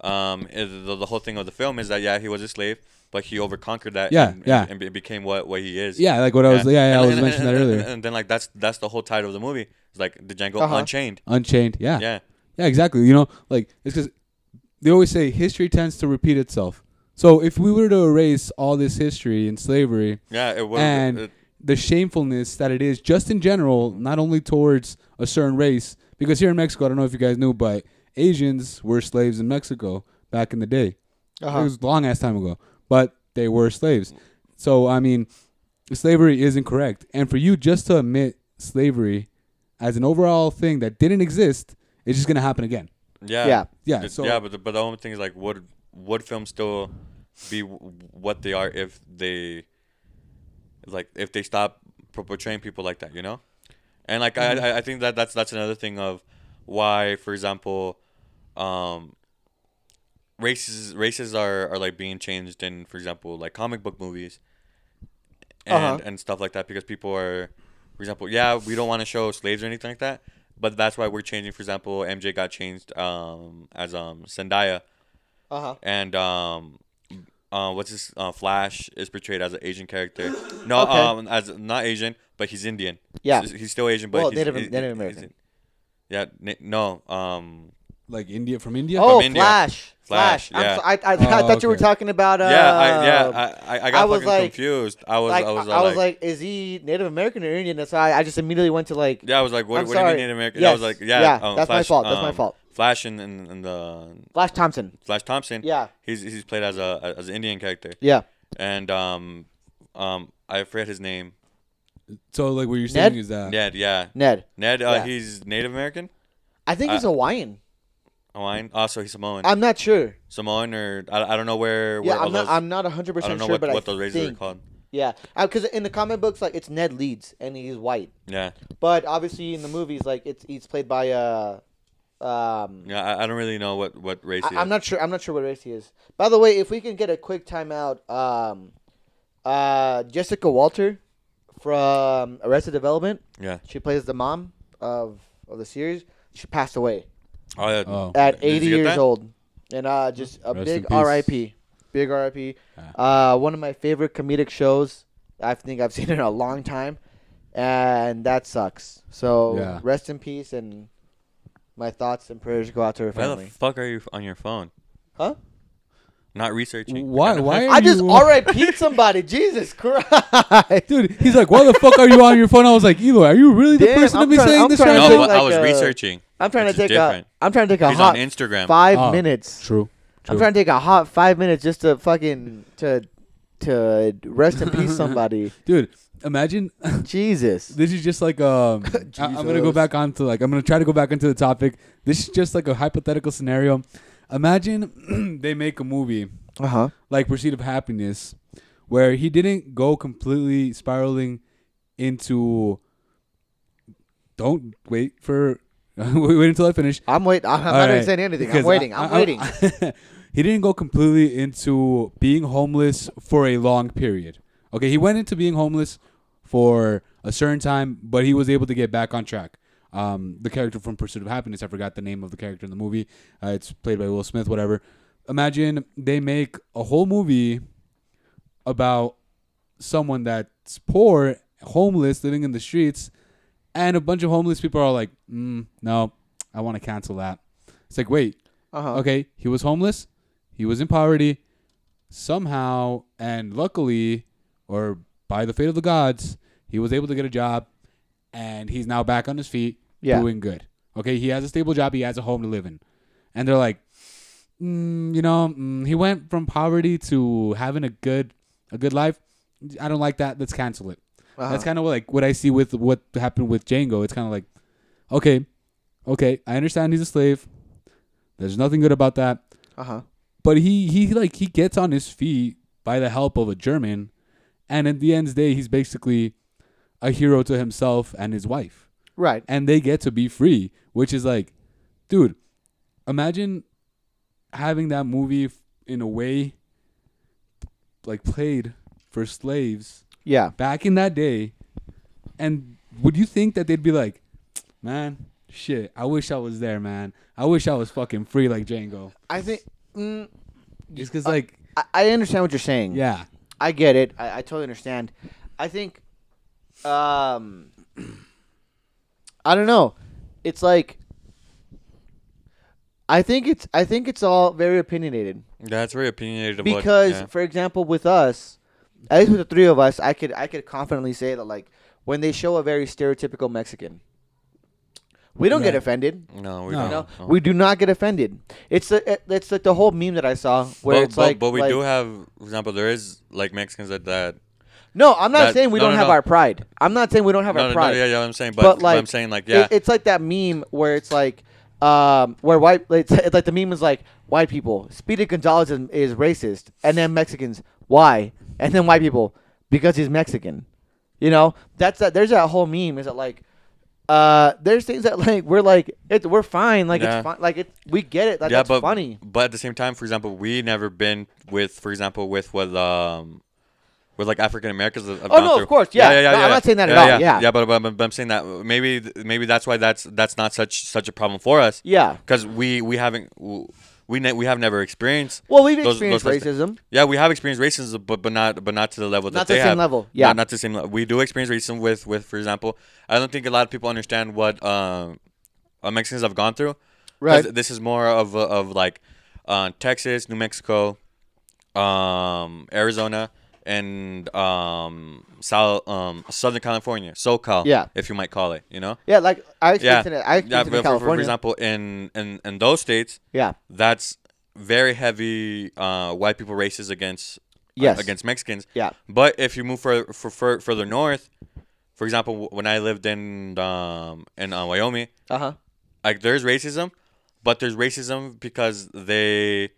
Um, is- the, the whole thing of the film is that yeah, he was a slave, but he overconquered that.
Yeah,
and,
yeah.
and be- became what what he is.
Yeah, like what I was. Yeah, yeah I
And- *laughs*
was
and-
mentioning
and-
that
and-
earlier.
And, then like that's that's the whole title of the movie. It's like the Django
Uh-huh.
Unchained.
Unchained. Yeah.
Yeah.
Yeah, exactly. You know, like it's because they always say history tends to repeat itself. So if we were to erase all this history and slavery
Yeah, it was.
and
it-
the shamefulness that it is, just in general, not only towards a certain race, because here in Mexico, I don't know if you guys knew, but Asians were slaves in Mexico. back in the day. It
Uh-huh.
was a long ass time ago, but they were slaves. So I mean, slavery is incorrect, and for you just to admit slavery as an overall thing that didn't exist, it's just gonna happen again.
Yeah.
Yeah.
Yeah,
The-
so-
yeah, but the, but the only thing is like, would would films still be w- what they are if they like if they stop pro- portraying people like that, you know? And like I
Mm-hmm.
I I think that that's that's another thing of why, for example, um, races races are are like being changed in, for example, like comic book movies and
Uh-huh.
and stuff like that because people are for example yeah we don't want to show slaves or anything like that but that's why we're changing for example mj got changed um as um zendaya
Uh huh.
and um uh, what's his uh, flash is portrayed as an asian character no
Okay.
um as not asian but he's indian
Yeah.
S- he's still asian but
Well,
he's,
Native-
he's-
Native
he's-
American.
yeah ni- no um
Like India from India.
Oh,
India.
Flash. Flash.
Flash,
I'm
yeah.
so, I, I, I
Oh,
thought you were
okay.
talking about. Uh,
yeah I, yeah I, I, I got
I was
fucking
like-
confused i was
like,
i was, uh, like,
like, is he Native American or Indian? That's why I, I just immediately went to like.
yeah i was like what,
I'm
what do you
sorry.
mean Native american i
Yes.
was like yeah,
Yeah,
um,
that's my
Flash-
fault, that's my
um,
fault.
flash and, and, and the
Flash Thompson.
Flash Thompson.
Yeah.
He's he's played as a as an Indian character.
Yeah.
And um um I forget his name.
So like what you're saying
Ned?
is that
Ned, yeah.
Ned.
Ned, uh,
Yeah.
he's Native American?
I think he's
I-
Hawaiian.
Hawaiian? Oh, so he's Samoan.
I'm not sure.
Samoan or I, I don't know where, where
Yeah,
all
I'm not.
those-
I'm not 100
I don't
percent
know
sure,
what,
but
what
I
those races are
think.
called.
Yeah, because in the comic books, like it's Ned Leeds and he's white,
Yeah.
but obviously in the movies, like it's he's played by uh, um,
Yeah, I, I don't really know what what race he
I,
is.
am not sure. I'm not sure what race he is. By the way, if we can get a quick timeout, um, uh, Jessica Walter from Arrested Development,
yeah.
she plays the mom of of the series. She passed away
Oh, yeah.
Oh.
at
Did you
80
get
years
that?
old, and uh, just a
Rest in
big
peace.
R.I.P. Big R.I.P.
Ah.
Uh, one of my favorite comedic shows. I think I've *laughs* seen it in a long time, and that sucks. So
Yeah.
rest in peace, and my thoughts and prayers go out to her
Why the
family.
fuck are you f- on your phone?
huh?
Not researching.
why
*laughs*
why are
I just
you-
RIP'd somebody. Jesus Christ. *laughs*
Dude, he's like, why the fuck are you on your phone? I was like, Eloy, are you really the
Damn,
person
I'm
to be
trying-
saying
I'm
this
trying
right now?
to
No,
think
but I
like
was
a-
researching.
I'm trying
which
to
is
take
different.
a. I'm trying to take a
He's
hot
on Instagram.
five
Oh,
minutes.
True.
I'm trying to take a hot five minutes just to fucking to to rest in
*laughs*
peace somebody.
Dude, imagine *laughs*
Jesus.
this is just like
*laughs*
um I, am gonna go
Jesus.
back onto like I'm gonna try to go back into the topic. This is just like a hypothetical scenario. Imagine *clears throat* they make a movie
Uh huh.
like Pursuit of Happiness where he didn't go completely spiraling into don't wait for *laughs* wait wait until I finish.
I'm waiting. *laughs* I'm,
All
not even
right.
saying anything. I'm
Because
waiting.
I-
I'm
I-
waiting.
*laughs* he didn't go completely into being homeless for a long period. Okay, he went into being homeless for a certain time, but he was able to get back on track. Um, the character from Pursuit of Happiness, I forgot the name of the character in the movie. Uh, it's played by Will Smith, whatever. Imagine they make a whole movie about someone that's poor, homeless, living in the streets, and a bunch of homeless people are like, mm, no, I want to cancel that. It's like, wait,
Uh huh.
okay, he was homeless, he was in poverty, somehow, and luckily, or by the fate of the gods, he was able to get a job, and he's now back on his feet,
Yeah.
doing good. Okay, he has a stable job, he has a home to live in, and they're like, mm, you know, mm, he went from poverty to having a good, a good life. I don't like that. Let's cancel it.
Uh-huh.
That's kind of like what I see with what happened with Django. It's kind of like, okay, okay, I understand he's a slave. There's nothing good about that.
Uh huh.
But he he like he gets on his feet by the help of a German, and at the end of the day, he's basically a hero to himself and his wife,
Right.
and they get to be free, which is like, dude, imagine having that movie f- in a way like played for slaves
Yeah.
back in that day, and would you think that they'd be like, man, shit, I wish I was there, man. I wish I was fucking free like Django.
I think. Mm,
Just because, like,
I, I understand what you're saying.
yeah,
I get it. I, I totally understand. I think, um, I don't know. It's like, I think it's I think it's all very opinionated
That's very opinionated. Of
because,
what,
for example, with us, at least with the three of us, I could I could confidently say that like when they show a very stereotypical Mexican, We don't get
Right.
offended.
No,
No.
we don't.
You know,
no.
we do not get offended. It's the it- it's like the whole meme that I saw where
but,
it's
but,
like,
but we
like-
do have, for example, there is like Mexicans that that.
No, I'm not
that-
saying we
no,
don't
no,
have
no.
our pride. I'm not saying we don't have
No,
our
no, no,
pride.
yeah, yeah, I'm saying, but,
but like
I'm saying like, yeah,
it- it's like that meme where it's like, um, where white it's, it's like the meme is like white people. Speedy Gonzalez is, is racist, and then Mexicans why, and then white people because he's Mexican. You know, that's that. There's that whole meme. Is it like, uh, there's things that like we're like it, we're fine. Like
Yeah.
it's fine. Like it, we get it. Like
yeah,
that's
but
funny.
but at the same time, for example, we never been with, for example, with what um. With like African Americans, oh
Oh, no, of course, yeah. No, I'm not saying that at all, yeah.
yeah, but, but, but I'm saying that maybe maybe that's why that's that's not such such a problem for us.
Yeah.
because we we haven't we ne- we have never experienced.
Well, we've
those- those
experienced
types of-
racism.
Yeah, we have experienced racism, but but not but not to the level
Not
that
the
they
same
have.
level, yeah.
not, not the same. level. We do experience racism with with, for example, I don't think a lot of people understand what um, uh, Mexicans have gone through. 'Cause
Right.
This is more of a- of like uh, Texas, New Mexico, um, Arizona, and um, South um, Southern California, SoCal.
Yeah.
if you might call it, you know.
Yeah, like I
Yeah,
experienced it. I
yeah.
experienced it
For,
in
for, for
California.
example, in in in those states,
yeah.
that's very heavy uh, white people racist against uh,
Yes.
against Mexicans.
Yeah.
But if you move further for, for, further north, for example, w- when I lived in um, in uh, Wyoming,
Uh huh.
like there's racism, but there's racism because they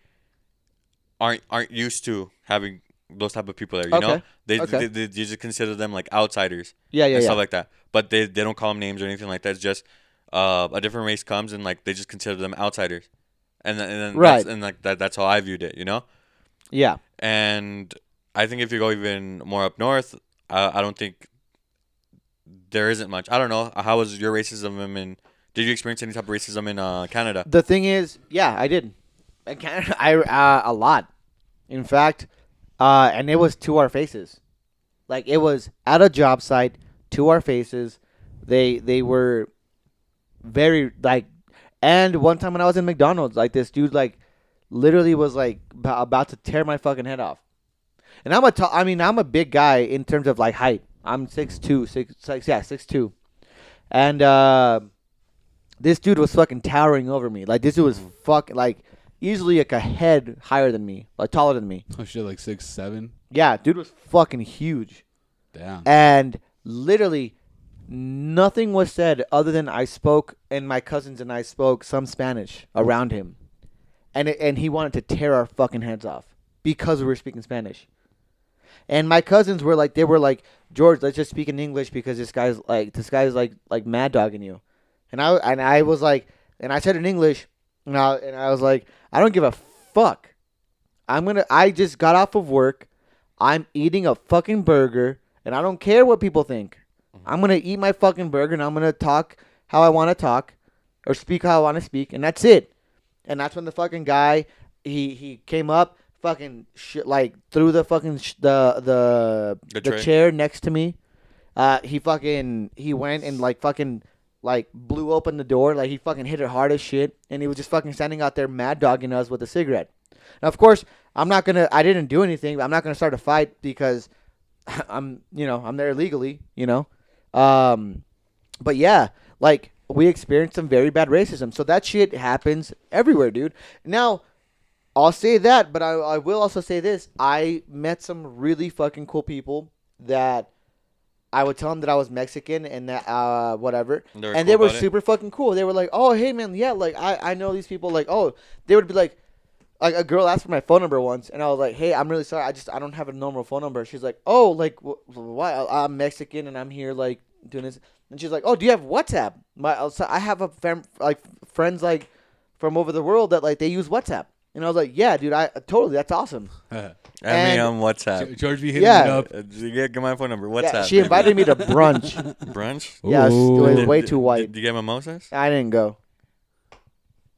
aren't aren't used to having those type of people there. You know,
Okay.
they,
Okay.
they, they they just consider them like outsiders
Yeah, yeah,
and
yeah.
stuff like that. But they they don't call them names or anything like that. It's just uh, a different race comes and like they just consider them outsiders, and then, and then that's,
Right.
and like that that's how I viewed it. You know,
yeah.
and I think if you go even more up north, I, I don't think there isn't much. I don't know. How was your racism in- in? Did you experience any type of racism in uh, Canada?
The thing is, yeah, I did. In Canada, *laughs* I uh, a lot. In fact, uh, and it was to our faces. Like it was at a job site to our faces. They they were very like. And one time when I was in McDonald's, like this dude like literally was like b- about to tear my fucking head off. And I'm a ta- I mean I'm a big guy in terms of like height. I'm six two, six six yeah six two, and. Uh, this dude was fucking towering over me. Like this dude was fuck like easily like a head higher than me, like taller than me.
Oh shit, like six, seven.
Yeah, dude was fucking huge. *laughs*
Damn. *laughs*
And literally nothing was said other than I spoke and my cousins and I spoke some Spanish around him. And it, and he wanted to tear our fucking heads off because we were speaking Spanish. And my cousins were like they were like, "George, let's just speak in English because this guy's like this guy's like like mad dogging you." And I and I was like and I said in English and I, and I was like, "I don't give a fuck. I'm going to I just got off of work. I'm eating a fucking burger and I don't care what people think. Mm-hmm. I'm going to eat my fucking burger and I'm going to talk how I want to talk or speak how I want to speak and that's it." And that's when the fucking guy he he came up fucking sh- like threw the fucking sh- the the
The
the
tray.
chair next to me. Uh he fucking he went and like fucking like blew open the door like he fucking hit it hard as shit and he was just fucking standing out there mad dogging us with a cigarette. Now of course I'm not gonna I didn't do anything. I'm not gonna start a fight because *laughs* I'm you know I'm there legally you know, um, but yeah like we experienced some very bad racism. So that shit happens everywhere, dude. Now I'll say that, but I, I will also say this. I met some really fucking cool people that I would tell them that I was Mexican and that uh, whatever,
And they were
and
cool
they were
about it?
super fucking cool. They were like, "Oh, hey man, yeah, like I, I know these people." Like, oh, they would be like, like a girl asked for my phone number once, and I was like, "Hey, I'm really sorry. I just I don't have a normal phone number." She's like, "Oh, like wh- why? I- I'm Mexican and I'm here like doing this." And she's like, "Oh, do you have WhatsApp?" My I was- I have a fam- like friends like from over the world that like they use WhatsApp, and I was like, "Yeah, dude, I totally. That's awesome."
I mean,
and-
on
Ge-
WhatsApp.
George be hitting
Yeah.
it up.
Uh, Get, get my phone number.
Yeah,
WhatsApp.
she invited me to brunch. *laughs*
brunch.
yeah, it was,
Ooh.
it was
Did-
way too white.
Did you get mimosas?
I didn't go,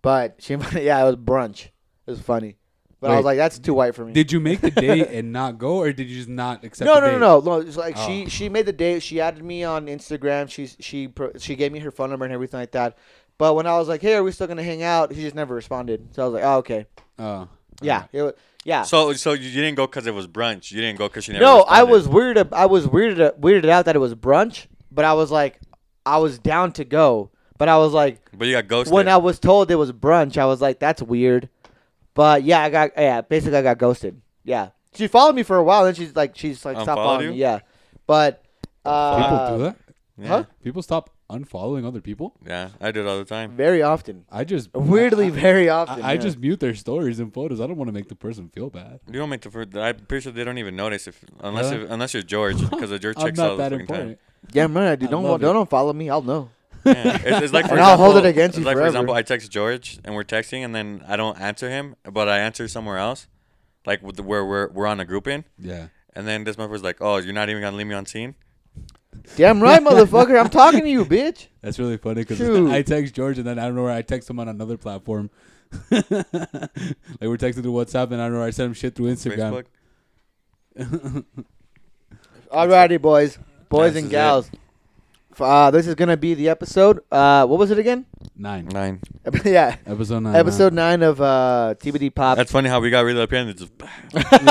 but she invited. Yeah, it was brunch. It was funny, but I was
Wait.
like, "That's too white for me."
Did you make the date and not go, or did you just not accept?
no,
the
no,
date?
no, no, no. It's like
Oh.
she she made the date. She added me on Instagram. She she pro- she gave me her phone number and everything like that. But when I was like, "Hey, are we still gonna hang out?" She just never responded. So I was like, "Oh, okay,
Oh.
yeah, it wa- yeah."
So so you you didn't go because it was brunch. You didn't go because you never.
no, I
responded.
was weird. ab- I was weirded weirded out that it was brunch, but I was like, I was down to go. But I was like,
But you got ghosted.
when I was told it was brunch, I was like, that's weird. But yeah, I got yeah, basically I got ghosted. Yeah, she followed me for a while, then she's like, she's like, stop
Unfollowed
following
you?
me. Yeah, but uh,
People do that?
yeah.
huh?
People stop unfollowing other people?
Yeah, I do it all the time.
very often,
I just
*laughs*
*laughs*
weirdly,
I-
very often.
I, I
*laughs* yeah.
just mute their stories and photos. I don't want to make the person feel bad.
You don't make the first. I'm pretty sure they don't even notice if unless
Really?
if, unless
*laughs*
you're George because the George
I'm
checks
not
all the
that
freaking time.
important.
yeah, man, I do.
I
Don't
love it.
don't follow me. I'll know.
Yeah. It's, it's
*laughs*
like for
And I'll hold
example-
it against
it's
you
like
forever.
for example, I text George and we're texting and then I don't answer him, but I answer somewhere else, like with the, where we're we're on a group in,
Yeah.
and then this motherfucker's like, "Oh, you're not even gonna leave me on scene."
Damn *laughs* right, motherfucker. I'm talking to you, bitch.
That's really funny because
Shoot.
*laughs* I text George and then I don't know where I text him on another platform. *laughs* like we're texting through WhatsApp and I don't know where I send him shit through Instagram.
Facebook.
Alrighty, boys, boys
This
and
is it.
gals. F- Uh, this is gonna be the episode. Uh, what was it again? *laughs*
Nine.
Nine.
yeah,
Episode nine.
episode nine of uh, TBD Pop.
That's funny how we got really up here and it's just,
nine.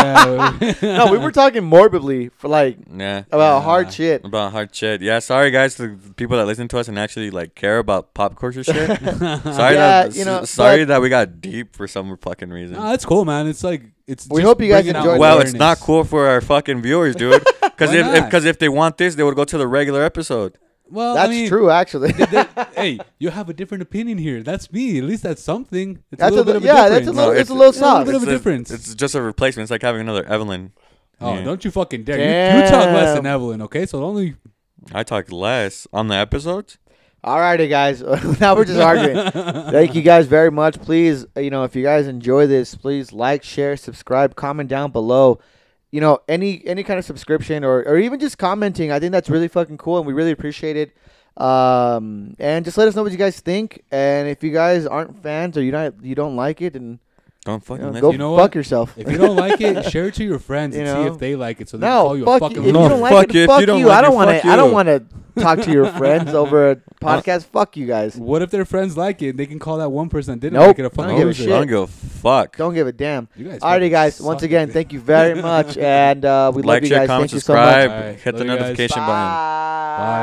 Yeah.
*laughs* no, we
*laughs*
were talking morbidly for like
nah.
about
Yeah.
hard shit.
About hard shit. Yeah, sorry guys to the people that listen to us and actually like care about pop culture shit.
*laughs*
*laughs* sorry
Yeah,
that
you know,
s- sorry
but-
that we got deep for some fucking reason.
no, that's cool, man. It's like it's.
We
just
hope you guys
bringing out
enjoyed
well, it's
awareness.
not cool for our fucking
*laughs*
viewers, dude. Because
Why
if
not?
because if, they want this, they would go to the regular episode.
Well,
That's
I mean, *laughs*
true, actually. *laughs*
that- hey, you have a different opinion here. That's me. At least that's something. It's
That's
a little
a
bit
li-
of a
yeah, that's a
difference.
little-
No,
it's
it's-
a little
it's a little
soft.
bit of a
It's
difference.
It's just a replacement. It's like having another Evelyn.
oh,
Yeah.
don't you fucking dare! You, you talk less than
Damn.
Evelyn, okay? So only
I talk less on the episodes.
Alrighty, guys. *laughs* now we're just arguing. Thank you guys very much. Please, you know, if you guys enjoy this, please like, share, subscribe, comment down below. You know, any any kind of subscription or or even just commenting. I think that's really fucking cool, and we really appreciate it. Um, and just let us know what you guys think. And if you guys aren't fans or you not you don't like it, and
Don't
you
fucking
know,
listen.
go
You know
fuck
what?
yourself.
If you don't like
*laughs*
it, share it to your friends
You
and see
know?
if they like it. So they
No,
call you
fuck
a
you.
fucking
If you
loser.
don't
loser.
like
Fuck you
it,
if
fuck
you don't
you. I
like
don't
it,
want
fuck
to. I don't
you.
want to talk to your
*laughs*
friends over a podcast. Fuck you guys.
What if their friends like it? and They can call that one person that didn't
Nope.
like it a
I
fucking
don't give a
loser.
I
shit.
don't give a fuck.
Don't give a damn.
You guys
Alrighty,
fucking
guys.
suck
Once
at
again,
it.
thank
*laughs*
you very much, and uh, we love
like,
you
share,
guys.
comment,
Thank you so
subscribe,
much.
much. Alright,
hit
love
the
you guys.
notification button.
Bye.